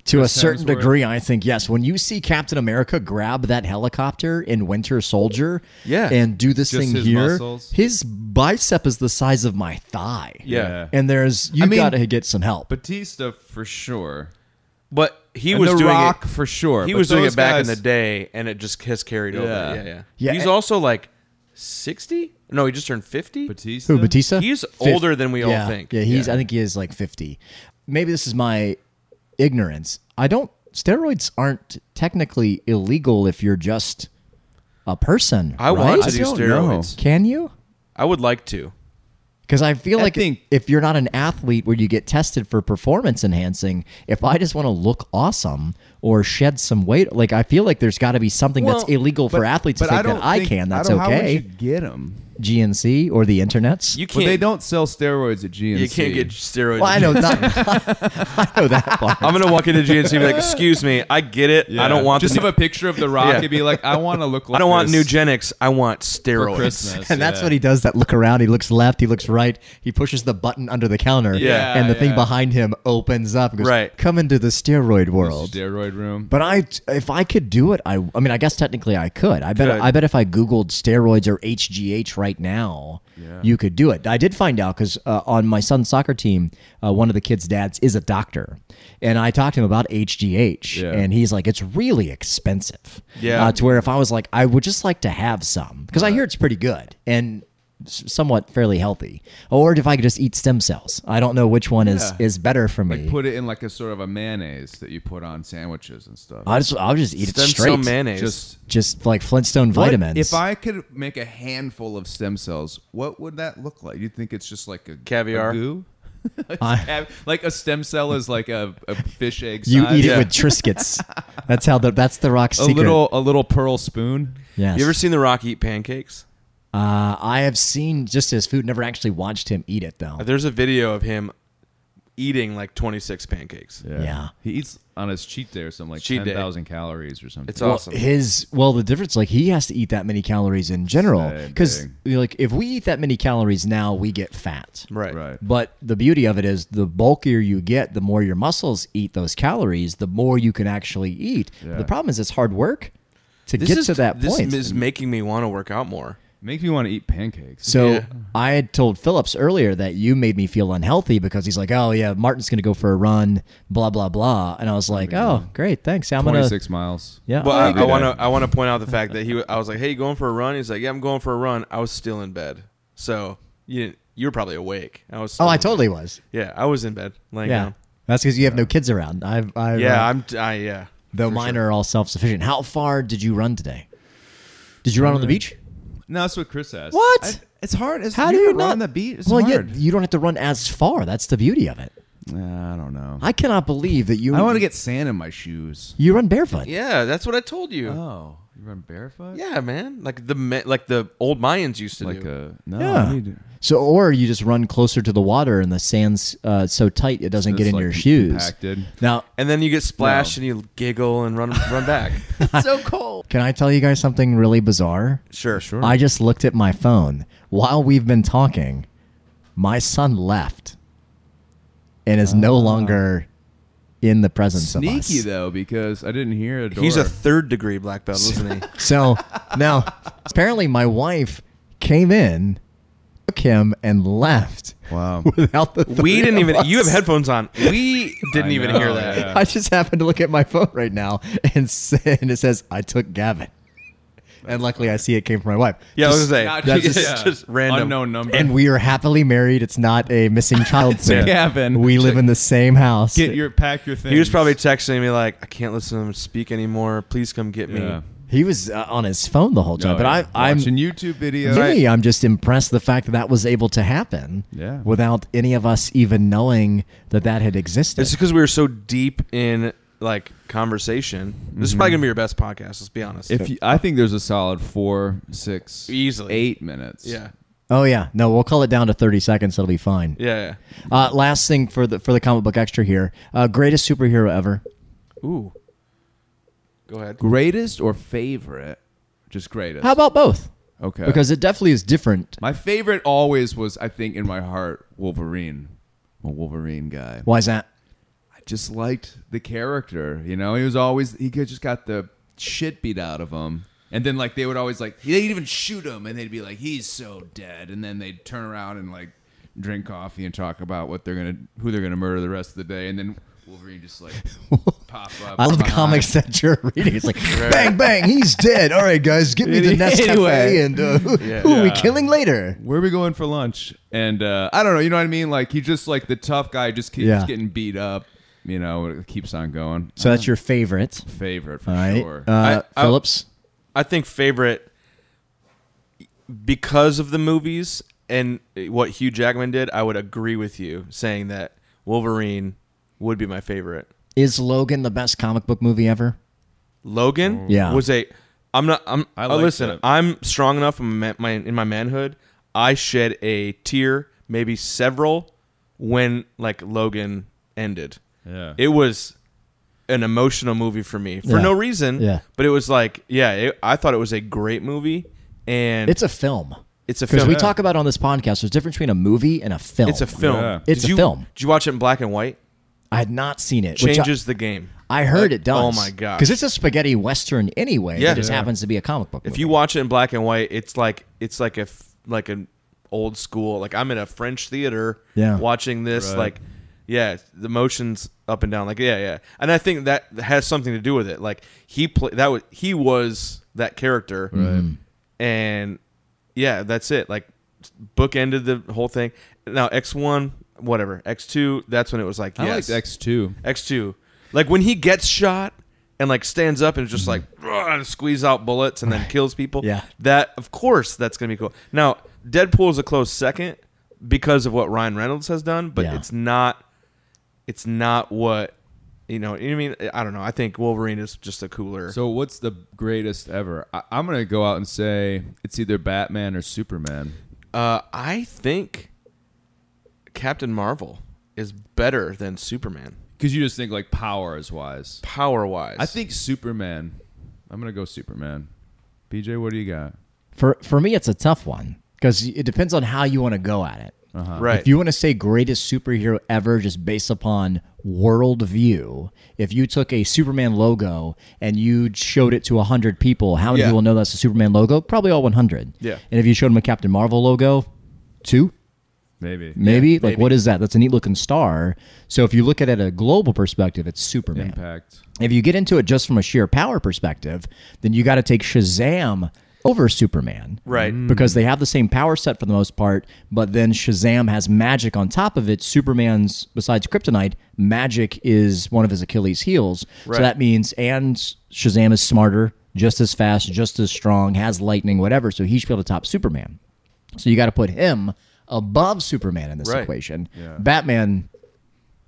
S2: To a
S3: Chris
S2: certain
S3: Hemsworth.
S2: degree, I think yes. When you see Captain America grab that helicopter in Winter Soldier,
S4: Yeah.
S2: and do this
S3: Just
S2: thing
S3: his
S2: here,
S3: muscles.
S2: his bicep is the size of my thigh.
S4: yeah.
S3: Yeah.
S2: and there's you
S3: I mean-
S2: gotta get some help.
S3: Batista for sure.
S4: But he
S3: And
S4: was
S3: The
S4: doing
S3: Rock
S4: it
S3: for sure.
S4: He
S3: But
S4: was doing
S3: those
S4: it back
S3: guys-
S4: in the day, and it just has carried over.
S3: Yeah.
S4: Yeah, yeah.
S2: Yeah,
S4: he's
S2: and-
S4: also like sixty. No, he just turned fifty.
S3: Batista.
S2: Who Batista?
S4: He's
S2: Fif-
S4: older than we all
S2: yeah,
S4: think.
S2: Yeah, he's.
S4: Yeah.
S2: I think he is like fifty. Maybe this is my ignorance. I don't. Steroids aren't technically illegal if you're just a person.
S4: I
S2: right?
S4: want to
S3: I
S4: do
S3: don't know.
S4: steroids.
S2: Can you?
S4: I would like to.
S2: Because I feel
S3: I
S2: like
S3: think-
S2: if you're not an athlete where you get tested for performance enhancing, if I just want to look awesome or shed some weight, like I feel like there's got to be something that's
S4: Well,
S2: illegal for
S3: But-
S2: athletes to
S3: but
S2: think
S3: don't
S2: that I
S3: think-
S2: can. That's
S3: don't- How would
S2: okay.
S3: you get them?
S2: GNC or the internets.
S4: You
S3: But
S4: can't.
S3: they don't sell steroids at GNC.
S4: You can't get steroids.
S2: well, I know that. I know that part.
S4: I'm gonna walk into GNC and be like, "Excuse me, I get it. I don't want
S3: just
S4: the new,
S3: have a picture of the Rock
S4: Yeah.
S3: and be like, I want to look. like
S4: I don't want
S3: this
S4: nugenics. I want
S3: for
S4: steroids."
S3: Christmas.
S2: And that's
S3: yeah.
S2: what he does. That look around. He looks left. He looks right. He pushes the button under the counter.
S3: Yeah,
S2: And the thing
S3: yeah.
S2: behind him opens up. And goes,
S4: Right.
S2: Come into the steroid world.
S3: Steroid room.
S2: But I, if I could do it, I, I mean, I guess technically I could. I bet,
S4: Could.
S2: I bet if I Googled steroids or HGH right now, you could do it. I did find out because uh, on my son's soccer team, uh, one of the kids' dads is a doctor, and I talked to him about HGH,
S3: Yeah.
S2: and he's like, it's really expensive.
S4: Yeah.
S2: uh, to where if I was like, I would just like to have some because I hear it's pretty good and s- somewhat fairly healthy, or if I could just eat stem cells. I don't know which one is
S3: Yeah.
S2: is better for me.
S3: Put it in like a sort of a mayonnaise that you put on sandwiches and stuff.
S2: I just, I'll just eat
S4: Stem
S2: it straight.
S4: cell mayonnaise.
S3: just
S2: just like Flintstone
S3: What-
S2: vitamins.
S3: if I could make a handful of stem cells, what would that look like? You think it's just like a
S4: Caviar.
S3: a goo?
S2: I-
S3: Cav- like a stem cell is like a, a fish egg.
S2: you
S3: size.
S2: eat
S4: Yeah.
S2: it with Triscuits. that's how the that's the rock
S3: a
S2: secret.
S3: little a little pearl spoon.
S2: yes.
S4: You ever seen the Rock eat pancakes?
S2: uh, I have seen just his food. Never actually watched him eat it though.
S4: There's a video of him eating like 26 pancakes.
S2: Yeah.
S3: He eats on his cheat day or something like
S4: Cheat day.
S3: ten thousand calories or something.
S4: It's
S2: Well,
S4: awesome.
S2: his well, the difference like he has to eat that many calories in general
S3: Same
S2: because
S3: thing.
S2: like if we eat that many calories now, we get fat.
S4: right.
S3: right.
S2: But the beauty of it is the bulkier you get, the more your muscles eat those calories, the more you can actually eat.
S3: Yeah.
S2: The problem is it's hard work to
S4: This
S2: get
S4: is,
S2: to that
S4: this
S2: point.
S4: is making me want to work out more.
S3: Makes me want to eat pancakes.
S2: So
S4: Yeah.
S2: I had told Phillips earlier that you made me feel unhealthy because he's like, "Oh yeah, Martin's going to go for a run, blah blah blah," and I was like, "Oh great, thanks. I'm
S3: Twenty
S2: gonna
S3: six miles.
S2: yeah."
S4: Well,
S3: Every
S4: I, I
S3: day.
S4: want to I want to point out the fact that he wa- I was like, "Hey, you going for a run?" He's like, "Yeah, I'm going for a run." I was still in bed, so you didn't, you were probably awake. I
S2: oh,
S4: was. still-
S2: I totally was.
S4: Yeah, I was in bed laying
S2: Yeah,
S4: down.
S2: that's because you have no kids around. I've, I've
S4: Yeah,
S2: uh,
S4: I'm. t- I, yeah.
S2: though
S4: for
S2: mine
S4: sure.
S2: are all self sufficient. How far did you run today? Did you run on the beach?
S3: No, that's what Chris asked.
S2: What?
S3: I- it's hard. It's,
S2: How
S3: you
S2: do you
S3: ever run
S2: not
S3: on the beat? It's
S2: well,
S3: hard.
S2: You, you don't have to run as far. That's the beauty of it.
S3: Nah, I don't know.
S2: I cannot believe that you.
S3: I want to get sand in my shoes.
S2: you run barefoot.
S4: Yeah, that's what I told you.
S3: Oh, you run barefoot?
S4: yeah, man. Like the Ma- like the old Mayans used to
S3: Like
S4: do.
S3: a no.
S2: Yeah.
S3: I need,
S2: So, or you just run closer to the water, and the sand's uh, so tight it doesn't get
S3: It's
S2: into
S3: like
S2: your shoes.
S3: compacted.
S2: Now,
S4: and then you get splashed
S3: No.
S4: and you giggle and run run back.
S2: so cold. Can I tell you guys something really bizarre?
S4: sure, sure.
S2: I just looked at my phone while we've been talking. My son left, and is
S4: Ah.
S2: no longer in the presence of us.
S3: Sneaky though, because I didn't hear a door.
S4: He's a third degree black belt, isn't he?
S2: So now, apparently, my wife came in, took him, and left
S3: wow.
S2: without the. three
S4: We didn't
S2: of
S4: even.
S2: us.
S4: You have headphones on. We didn't
S3: I
S4: even
S3: know,
S4: hear that.
S3: yeah.
S2: I just happened to look at my phone right now, and, s- and it says I took Gavin, and luckily I see it came from my wife.
S4: Yeah,
S2: Just-
S4: I was gonna say
S2: that's
S4: just, just random.
S3: unknown number.
S2: and we are happily married. It's not a missing child thing.
S3: Gavin.
S2: We live in the same house.
S3: get your pack your things.
S4: He was probably texting me like, "I can't listen to him speak anymore. Please come get me."
S3: yeah.
S2: he was uh, on his phone the whole time,
S3: No,
S2: but
S3: yeah.
S2: I, I'm
S3: watching YouTube videos.
S2: me, I'm just impressed the fact that that was able to happen
S3: Yeah.
S2: without any of us even knowing that that had existed.
S4: It's because we were so deep in like conversation. This is probably gonna be your best podcast. Let's be honest.
S3: If you, I think there's a solid four, six,
S4: Easily.
S3: eight minutes.
S4: yeah,
S2: oh yeah, no, we'll call it down to 30 seconds. That'll be fine.
S4: yeah,
S2: Uh, last thing for the for the comic book extra here, uh, greatest superhero ever.
S4: yeah. Ooh, go ahead.
S3: Greatest or favorite? Just greatest.
S2: How about both?
S3: okay.
S2: Because it definitely is different.
S3: my favorite always was, I think, in my heart, Wolverine. I'm a Wolverine guy.
S2: Why is that?
S3: I just liked the character. You know, he was always he could just got the shit beat out of him. And then like they would always like they'd even shoot him, and they'd be like, "He's so dead." And then they'd turn around and like drink coffee and talk about what they're gonna who they're gonna murder the rest of the day. And then Wolverine just like pop up.
S2: I love
S3: behind.
S2: comics that you're reading. It's like bang bang, he's dead. All right, guys, get me the
S3: Any-
S2: Nescafe
S3: anyway.
S2: and uh, who, who are we killing later?
S3: Where are we going for lunch? And uh, I don't know. You know what I mean? Like he just like the tough guy just keeps
S2: Yeah.
S3: getting beat up. You know, it keeps on going.
S2: So that's your favorite.
S3: Favorite for
S2: All right,
S3: sure.
S2: uh,
S4: I- I-
S2: Phillips.
S4: I think favorite because of the movies and what Hugh Jackman did. I would agree with you saying that Wolverine would be my favorite.
S2: Is Logan the best comic book movie ever?
S4: Logan
S2: Mm. Yeah.
S4: was a I'm not I'm I
S3: liked
S4: listen,
S3: it.
S4: I'm strong enough in my, my in my manhood. I shed a tear, maybe several when like Logan ended.
S3: Yeah.
S4: It was an emotional movie for me for
S2: Yeah.
S4: no reason.
S2: Yeah.
S4: But it was like, yeah, it, I thought it was a great movie and
S2: It's a film.
S4: it's a
S2: Because
S4: film.
S2: we talk about on this podcast, there's a difference between a movie and a film.
S4: it's a film.
S3: Yeah.
S2: It's
S4: did
S2: a
S4: you,
S2: film.
S4: Did you watch it in black and white?
S2: I had not seen it. which I-
S4: Changes the game.
S2: I heard it does.
S4: Oh my gosh.
S2: Because it's a spaghetti western anyway.
S4: Yeah.
S2: It just
S4: Yeah.
S2: happens to be a comic book.
S4: If
S2: movie.
S4: you watch it in black and white, it's like it's like a f- like an old school. Like I'm in a French theater,
S2: Yeah.
S4: watching this. Like, yeah, the motions up and down. Like, yeah, yeah. And I think that has something to do with it. Like he play that was he was that character, and yeah, that's it. Like book ended the whole thing. Now X one, whatever X two. That's when it was like
S3: I
S4: yes,
S3: liked X two.
S4: X two. Like when he gets shot and like stands up and just like "Ugh," and squeeze out bullets and then kills people.
S2: Mm-hmm. Yeah.
S4: That of course that's gonna be cool. Now Deadpool is a close second because of what Ryan Reynolds has done, but
S2: Yeah.
S4: it's not. It's not what you know. You know what I mean, I don't know. I think Wolverine is just a cooler.
S3: So what's the greatest ever? I, I'm gonna go out and say it's either Batman or Superman.
S4: uh, I think Captain Marvel is better than Superman
S3: Because you just think like powers wise.
S4: power wise.
S3: I think Superman. I'm gonna go Superman. PJ, what do you got?
S2: for for me, it's a tough one because it depends on how you want to go at it.
S4: Right.
S2: If you want to say greatest superhero ever, just based upon world view, if you took a Superman logo and you showed it to 100 people, how many
S4: Yeah.
S2: people know that's a Superman logo? Probably all 100.
S4: Yeah.
S2: And if you showed them a Captain Marvel logo, two,
S3: Maybe.
S2: maybe? like,
S4: maybe.
S2: what is that? That's a neat looking star. So if you look at it at a global perspective, it's Superman.
S3: Impact.
S2: If you get into it just from a sheer power perspective, then you got to take Shazam over Superman.
S4: Right.
S2: Because they have the same power set for the most part, but then Shazam has magic on top of it. Superman's, besides kryptonite, magic is one of his Achilles' heels.
S4: Right.
S2: So that means, and Shazam is smarter, just as fast, just as strong, has lightning, whatever. So he should be able to top Superman. So you got to put him above Superman in this
S4: Right.
S2: equation.
S3: Yeah.
S2: Batman,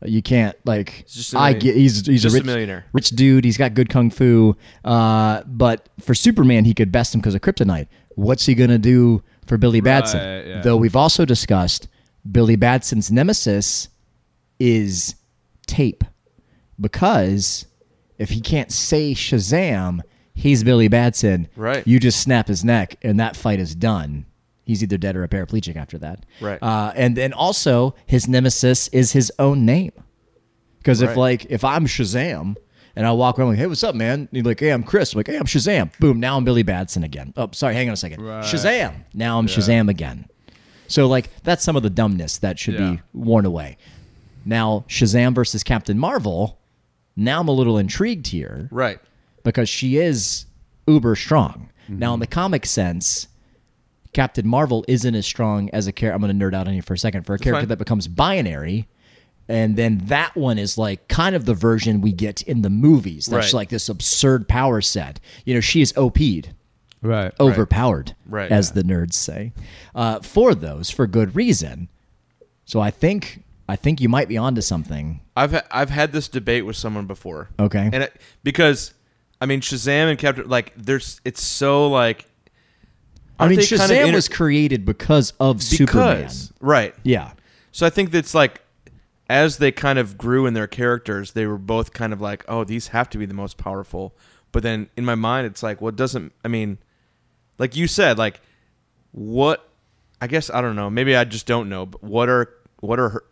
S2: you can't like.
S4: just a
S2: I
S4: million-
S2: get he's he's
S4: just
S2: a,
S4: a
S2: rich,
S4: millionaire.
S2: rich dude. He's got good kung fu. Uh, but for Superman, he could best him because of kryptonite. What's he gonna do for Billy Batson?
S3: Right, yeah.
S2: Though we've also discussed Billy Batson's nemesis is tape, because if he can't say Shazam, he's Billy Batson.
S4: Right.
S2: You just snap his neck, and that fight is done. He's either dead or a paraplegic after that.
S4: Right.
S2: Uh, and then also his nemesis is his own name. Because if
S4: Right.
S2: like if I'm Shazam and I walk around like, hey, what's up, man? And you're like, hey, I'm Chris. I'm like, hey, I'm Shazam. Boom, now I'm Billy Batson again. Oh, sorry, hang on a second.
S3: Right.
S2: Shazam. Now I'm Shazam again. So like that's some of the dumbness that should
S3: Yeah.
S2: be worn away. Now Shazam versus Captain Marvel. Now I'm a little intrigued here
S4: Right.
S2: because she is uber strong. Now, in
S4: Mm-hmm.
S2: the comic sense, Captain Marvel isn't as strong as a character. I'm going to nerd out on you for a second for a character
S4: fine.
S2: that becomes binary. And then that one is like kind of the version we get in the movies. That's
S4: Right.
S2: like this absurd power set. You know, she is OP'd
S3: Right.
S2: overpowered,
S4: Right.
S2: as the nerds say, uh, for those for good reason. So I think I think you might be onto something.
S4: I've ha- I've had this debate with someone before.
S2: Okay.
S4: and it, because I mean Shazam and Captain like there's it's so like
S2: I
S4: aren't
S2: mean,
S4: they kind
S2: Shazam
S4: of inter-
S2: was created because of Superman.
S4: because right
S2: Yeah,
S4: so I think that's like as they kind of grew in their characters they were both kind of like oh these have to be the most powerful but then in my mind it's like well it doesn't I mean like you said like what I guess I don't know maybe I just don't know but what are what are her,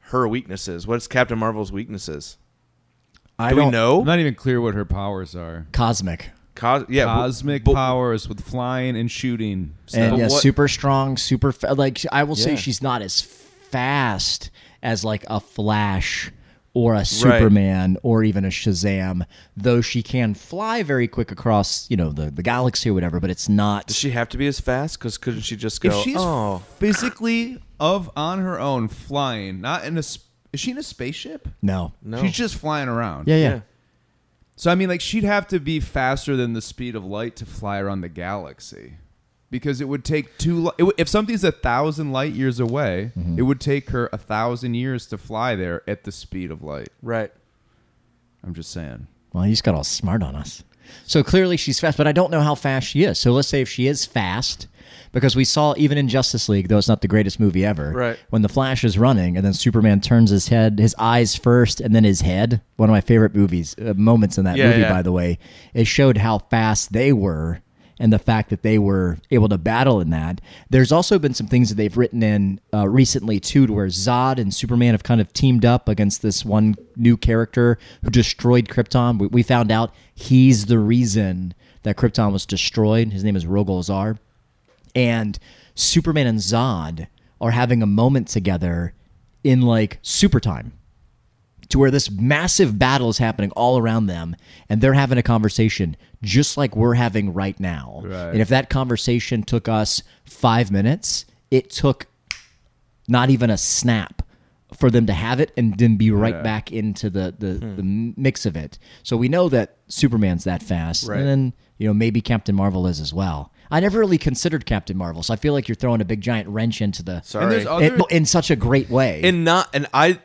S4: her weaknesses what's Captain Marvel's weaknesses
S2: I
S4: do
S2: don't
S4: we know
S3: I'm not even clear what her powers are.
S2: cosmic
S4: Cos- yeah but-
S3: Cosmic
S4: but-
S3: powers with flying and shooting.
S2: and
S3: stuff.
S2: yeah,
S4: what-
S2: super strong, super fa- like I will say
S4: Yeah.
S2: she's not as fast as like a Flash or a Superman or even a Shazam, though she can fly very quick across you know the the galaxy or whatever. But it's not
S4: Does she have to be as fast? Because couldn't she just
S3: if
S4: go?
S3: she's
S4: oh,
S3: physically of on her own flying, not in a sp- is she in a spaceship?
S2: no
S4: No.
S3: She's just flying around.
S2: yeah yeah.
S3: So I mean, like she'd have to be faster than the speed of light to fly around the galaxy, because it would take two. Li- it w- if something's a thousand light years away,
S4: Mm-hmm.
S3: it would take her a thousand years to fly there at the speed of light.
S4: right.
S3: I'm just saying.
S2: Well, you just got all smart on us. So clearly she's fast, but I don't know how fast she is. So let's say if she is fast, because we saw even in Justice League, though it's not the greatest movie ever,
S4: Right.
S2: when the Flash is running and then Superman turns his head, his eyes first, and then his head. One of my favorite movies uh, moments in that
S4: Yeah,
S2: movie,
S4: yeah.
S2: by the way, it showed how fast they were and the fact that they were able to battle in that. There's also been some things that they've written in uh, recently too, to where Zod and Superman have kind of teamed up against this one new character who destroyed Krypton. We, we found out he's the reason that Krypton was destroyed. His name is Rogol Zar and Superman and Zod are having a moment together in like super time to where this massive battle is happening all around them and they're having a conversation just like we're having right now.
S3: Right.
S2: And if that conversation took us 5 minutes, it took not even a snap for them to have it and then be right
S3: Yeah.
S2: back into the the,
S4: Hmm.
S2: the mix of it. So we know that Superman's that fast,
S4: Right.
S2: and then you know maybe Captain Marvel is as well. I never really considered Captain Marvel, so I feel like you're throwing a big giant wrench into the
S4: Sorry.
S3: And there's
S4: Right.
S3: other.
S2: in, in such a great way.
S4: And not. And I,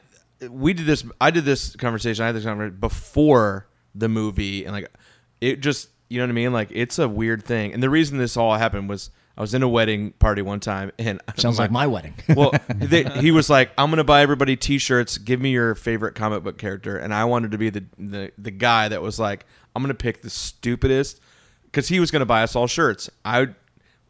S4: we did this. I did this conversation. I had this conversation before the movie, and like, it just. You know what I mean? Like, it's a weird thing. And the reason this all happened was I was in a wedding party one time, and
S2: Sounds like my wedding.
S4: well, they, he was like, "I'm gonna buy everybody T-shirts. Give me your favorite comic book character." And I wanted to be the the, the guy that was like, "I'm gonna pick the stupidest," because he was gonna buy us all shirts. I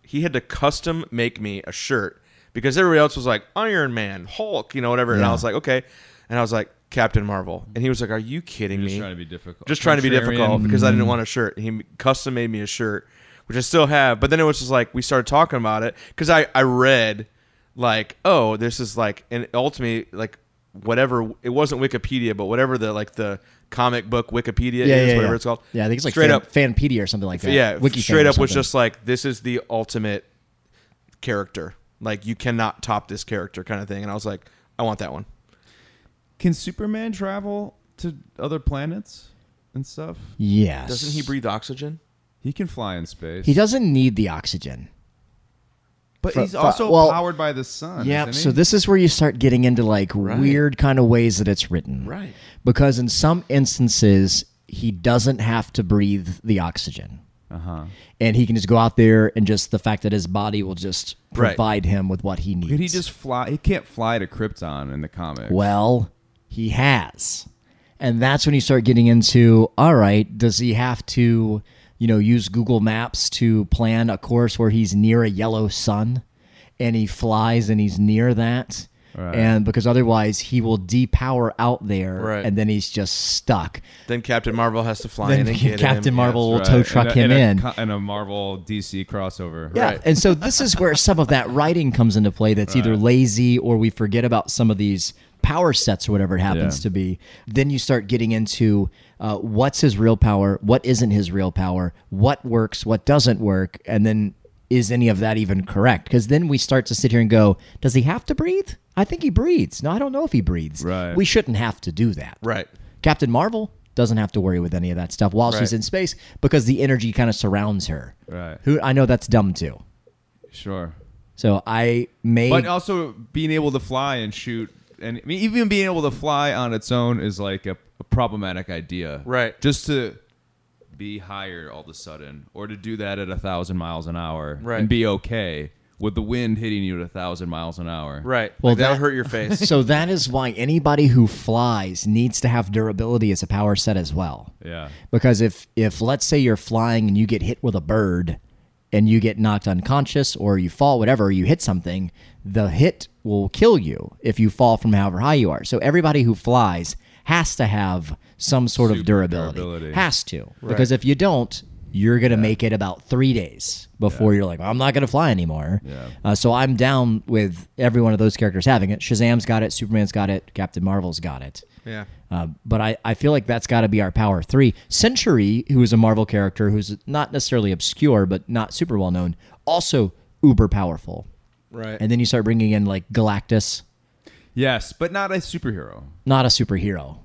S4: he had to custom make me a shirt because everybody else was like Iron Man, Hulk, you know, whatever. And I was like, okay. And I was like, Captain Marvel. And he was like, are you kidding
S3: Just
S4: me?
S3: trying to be difficult.
S4: Just trying to be difficult
S3: Contrarian.
S4: because I didn't want a shirt. He custom made me a shirt, which I still have. But then it was just like, we started talking about it because I, I read, like, oh, this is like, and ultimately, like, whatever, it wasn't Wikipedia, but whatever the, like, the comic book Wikipedia
S2: yeah,
S4: is,
S2: yeah,
S4: whatever
S2: yeah.
S4: it's called.
S2: Yeah, I think it's like
S4: straight
S2: fan,
S4: up
S2: Fanpedia or something like that.
S4: yeah,
S2: Wiki
S4: straight up was just like this is the ultimate character. Like you cannot top this character kind of thing. And I was like, I want that one.
S3: Can Superman travel to other planets and stuff?
S2: yes.
S4: Doesn't he breathe oxygen?
S3: He can fly in space.
S2: He doesn't need the oxygen.
S3: but
S2: fro-
S3: he's
S2: fro-
S3: also
S2: well,
S3: powered by the sun.
S2: Yeah,
S3: isn't
S2: so
S3: he?
S2: this is where you start getting into like weird kind of ways that it's written.
S4: Right.
S2: Because in some instances, he doesn't have to breathe the oxygen.
S3: Uh huh.
S2: And he can just go out there and just the fact that his body will just
S4: Right.
S2: provide him with what he needs.
S3: Could he just fly? He can't fly to Krypton in the comic.
S2: Well, he has. And that's when you start getting into all right, does he have to, you know, use Google Maps to plan a course where he's near a yellow sun and he flies and he's near that?
S3: Right.
S2: And because otherwise he will depower out there
S4: Right.
S2: and then he's just stuck.
S4: Then Captain Marvel has to fly in
S2: Then
S4: and get
S2: Captain
S4: him.
S2: Marvel will
S3: Right,
S2: tow
S3: in
S2: truck
S3: a-
S2: him
S3: a
S2: in.
S3: co- in a Marvel DC crossover.
S2: Yeah.
S4: Right.
S2: And so this is where some of that writing comes into play that's either lazy or we forget about some of these power sets or whatever it happens
S3: Yeah.
S2: to be. Then you start getting into uh, what's his real power, what isn't his real power, what works, what doesn't work, and then is any of that even correct? Because then we start to sit here and go, does he have to breathe? I think he breathes. No, I don't know if he breathes.
S3: Right.
S2: We shouldn't have to do that.
S4: Right.
S2: Captain Marvel doesn't have to worry with any of that stuff while she's
S4: Right.
S2: in space because the energy kind of surrounds her.
S3: Right.
S2: Who I know that's dumb too.
S3: Sure.
S2: So I made
S3: But also being able to fly and shoot, and I mean, even being able to fly on its own is like a, a problematic idea,
S4: Right.
S3: Just to be higher all of a sudden, or to do that at a thousand miles an hour,
S4: Right.
S3: And be okay with the wind hitting you at a thousand miles an hour,
S4: Right.
S2: Well,
S4: Well, that'll
S2: that-
S4: hurt your face.
S2: so that is why anybody who flies needs to have durability as a power set as well.
S3: Yeah,
S2: Because if if let's say you're flying and you get hit with a bird and you get knocked unconscious or you fall whatever, you hit something, the hit will kill you if you fall from however high you are. So everybody who flies has to have some sort of
S3: Super
S2: durability.
S3: durability.
S2: Has to. Because if you don't, you're going to make it about 3 days before you're like, I'm not going to fly anymore.
S3: Yeah.
S2: Uh, so I'm down with every one of those characters having it. Shazam's got it, Superman's got it, Captain Marvel's got it.
S4: yeah.
S2: Uh, but I, I feel like that's got to be our power three. Century, who is a Marvel character who's not necessarily obscure, but not super well known, also uber powerful.
S4: Right.
S2: And then you start bringing in like Galactus,
S3: yes, but not a superhero.
S2: not a superhero.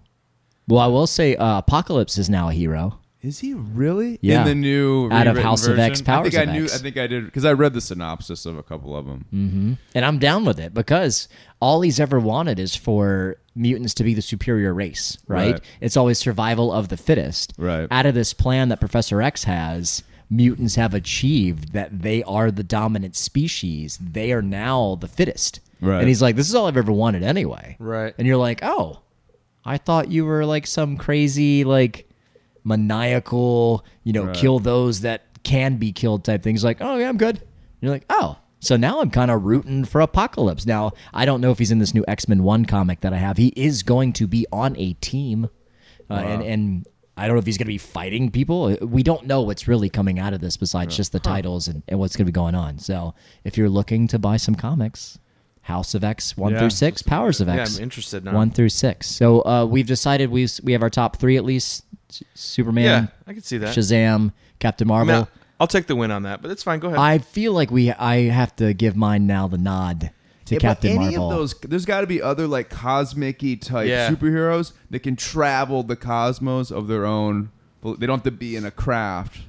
S2: Well, I will say uh, Apocalypse is now a hero.
S3: Is he really
S2: Yeah.
S3: in the new
S2: Out of
S3: rewritten
S2: House of
S3: version?
S2: X, Powers
S3: I think
S2: of
S3: I knew.
S2: X.
S3: I think I did because I read the synopsis of a couple of them.
S2: And I'm down with it because all he's ever wanted is for mutants to be the superior race, right?
S3: Right.
S2: It's always survival of the fittest.
S3: Right.
S2: Out of this plan that Professor X has, mutants have achieved that they are the dominant species. They are now the fittest.
S3: Right.
S2: And he's like, this is all I've ever wanted anyway.
S4: Right.
S2: And you're like, oh, I thought you were like some crazy, like maniacal, you know, kill those that can be killed type things. Like, oh yeah, I'm good. And you're like, oh, so now I'm kind of rooting for Apocalypse. Now I don't know if he's in this new X Men One comic that I have. He is going to be on a team, uh, and and I don't know if he's going to be fighting people. We don't know what's really coming out of this besides just the titles and, and what's going to be going on. So if you're looking to buy some comics. House of X one
S3: Yeah.
S2: through six, Powers of
S4: Yeah,
S2: X
S4: I'm interested now.
S2: one through six. So uh, we've decided we we have our top three at least: S-
S4: yeah,
S2: Superman,
S4: I can see that. uh,
S2: Shazam, Captain
S4: I
S2: Marvel.
S4: mean, I- I'll take the win on that, but it's fine. Go ahead.
S2: I feel like we I have to give mine now the nod to
S3: Yeah,
S2: Captain
S3: but any
S2: Marvel.
S3: of those, there's got to be other like cosmic-y type
S4: Yeah.
S3: superheroes that can travel the cosmos of their own. Well, They don't have to be in a craft,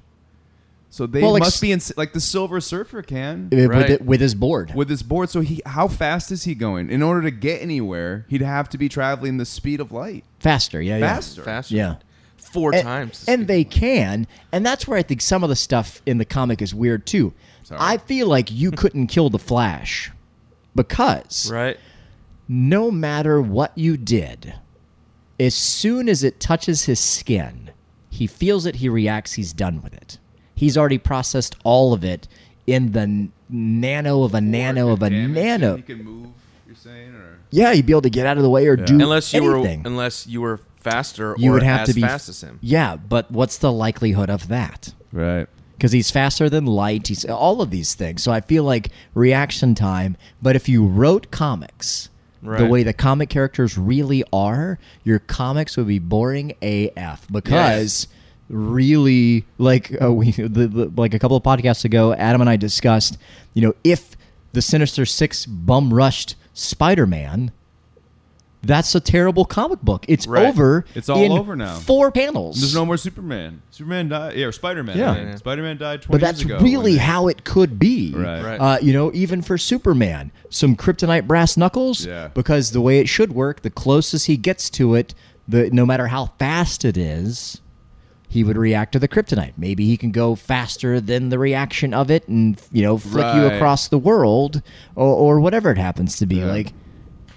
S3: so they
S2: Well, like
S3: must
S2: s-
S3: be in like the Silver Surfer can
S2: Uh, with,
S4: Right.
S2: it- with his board.
S3: with his board. So he, how fast is he going? In order to get anywhere, he'd have to be traveling the speed of light
S2: faster, yeah, yeah.
S3: faster.
S4: Faster.
S2: Yeah.
S4: Four
S2: and,
S4: times.
S2: and they can, and that's where I think some of the stuff in the comic is weird too.
S3: Sorry.
S2: I feel like you couldn't kill the Flash because
S4: Right.
S2: no matter what you did, as soon as it touches his skin, he feels it, he reacts, he's done with it. He's already processed all of it in the nano of a nano of a
S3: Damage,
S2: nano.
S3: You can move. You're saying, or
S2: yeah, you'd be able to get out of the way or do
S4: unless you
S2: anything.
S4: were unless you were faster
S2: you
S4: or
S2: would have
S4: as
S2: to be
S4: fast as him.
S2: Yeah, but what's the likelihood of that?
S3: right?
S2: because he's faster than light. He's all of these things. So I feel like reaction time. But if you wrote comics the
S4: Right.
S2: way the comic characters really are, your comics would be boring AF because. Really, like uh, we, the, the, like a couple of podcasts ago, Adam and I discussed, you know, if the Sinister Six bum rushed Spider Man, that's a terrible comic book. It's
S4: Right.
S2: over.
S3: It's all
S2: in
S3: over now.
S2: Four panels.
S3: There's no more Superman. Superman died. Yeah, or Spider Man.
S2: Yeah.
S4: Yeah.
S3: Spider Man died 20
S2: but that's
S3: years ago.
S2: really
S3: And-
S2: how it could be.
S3: Right. Right.
S2: Uh, you know, even for Superman, some kryptonite brass knuckles.
S3: Yeah.
S2: Because the way it should work, the closest he gets to it, the no matter how fast it is, he would react to the kryptonite. Maybe he can go faster than the reaction of it, and you know, flick you
S3: Right.
S2: across the world, or, or whatever it happens to be.
S3: Yeah.
S2: Like,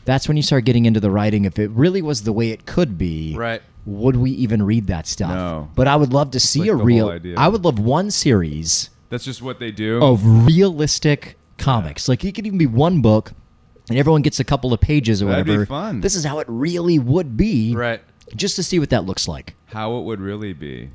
S2: that's when you start getting into the writing. If it really was the way it could be,
S4: Right.
S2: Would we even read that stuff?
S3: No.
S2: But I would love to see
S3: like
S2: a
S3: the whole
S2: real.
S3: idea.
S2: I would love one series
S3: That's just what they do.
S2: of realistic comics. Like it could even be one book, and everyone gets a couple of pages or
S3: That'd be
S2: whatever.
S3: fun.
S2: This is how it really would be,
S4: Right.
S2: Just to see what that looks like,
S3: How it would really be.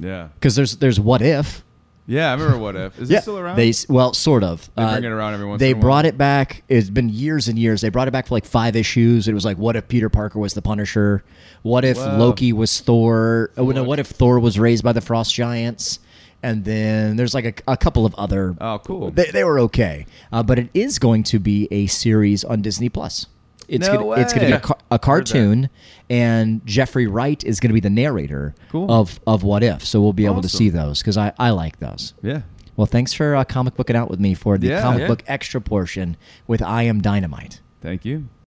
S3: Yeah.
S2: because there's there's what if.
S3: Yeah, I remember What If. Is it still around?
S2: They s- well, sort of. Uh,
S3: They bring it around every once
S2: They
S3: in a while.
S2: brought it back. It's been years and years. They brought it back for like five issues. It was like, what if Peter Parker was the Punisher? What if
S3: Wow.
S2: Loki was Thor? Oh, no, what if Thor was raised by the Frost Giants? And then there's like a, a couple of other.
S3: Oh, cool.
S2: They, they were okay, uh, but it is going to be a series on Disney Plus. It's
S3: No
S2: gonna, it's going to be
S3: way.
S2: a, ca- a cartoon, and Jeffrey Wright is going to be the narrator
S3: Cool.
S2: of of What If. So we'll be able to
S3: Awesome.
S2: see those because I, I like those.
S3: yeah.
S2: Well, thanks for uh, comic booking out with me for the
S3: Yeah.
S2: comic
S4: Yeah.
S2: book extra portion with I Am Dynamite.
S3: Thank you.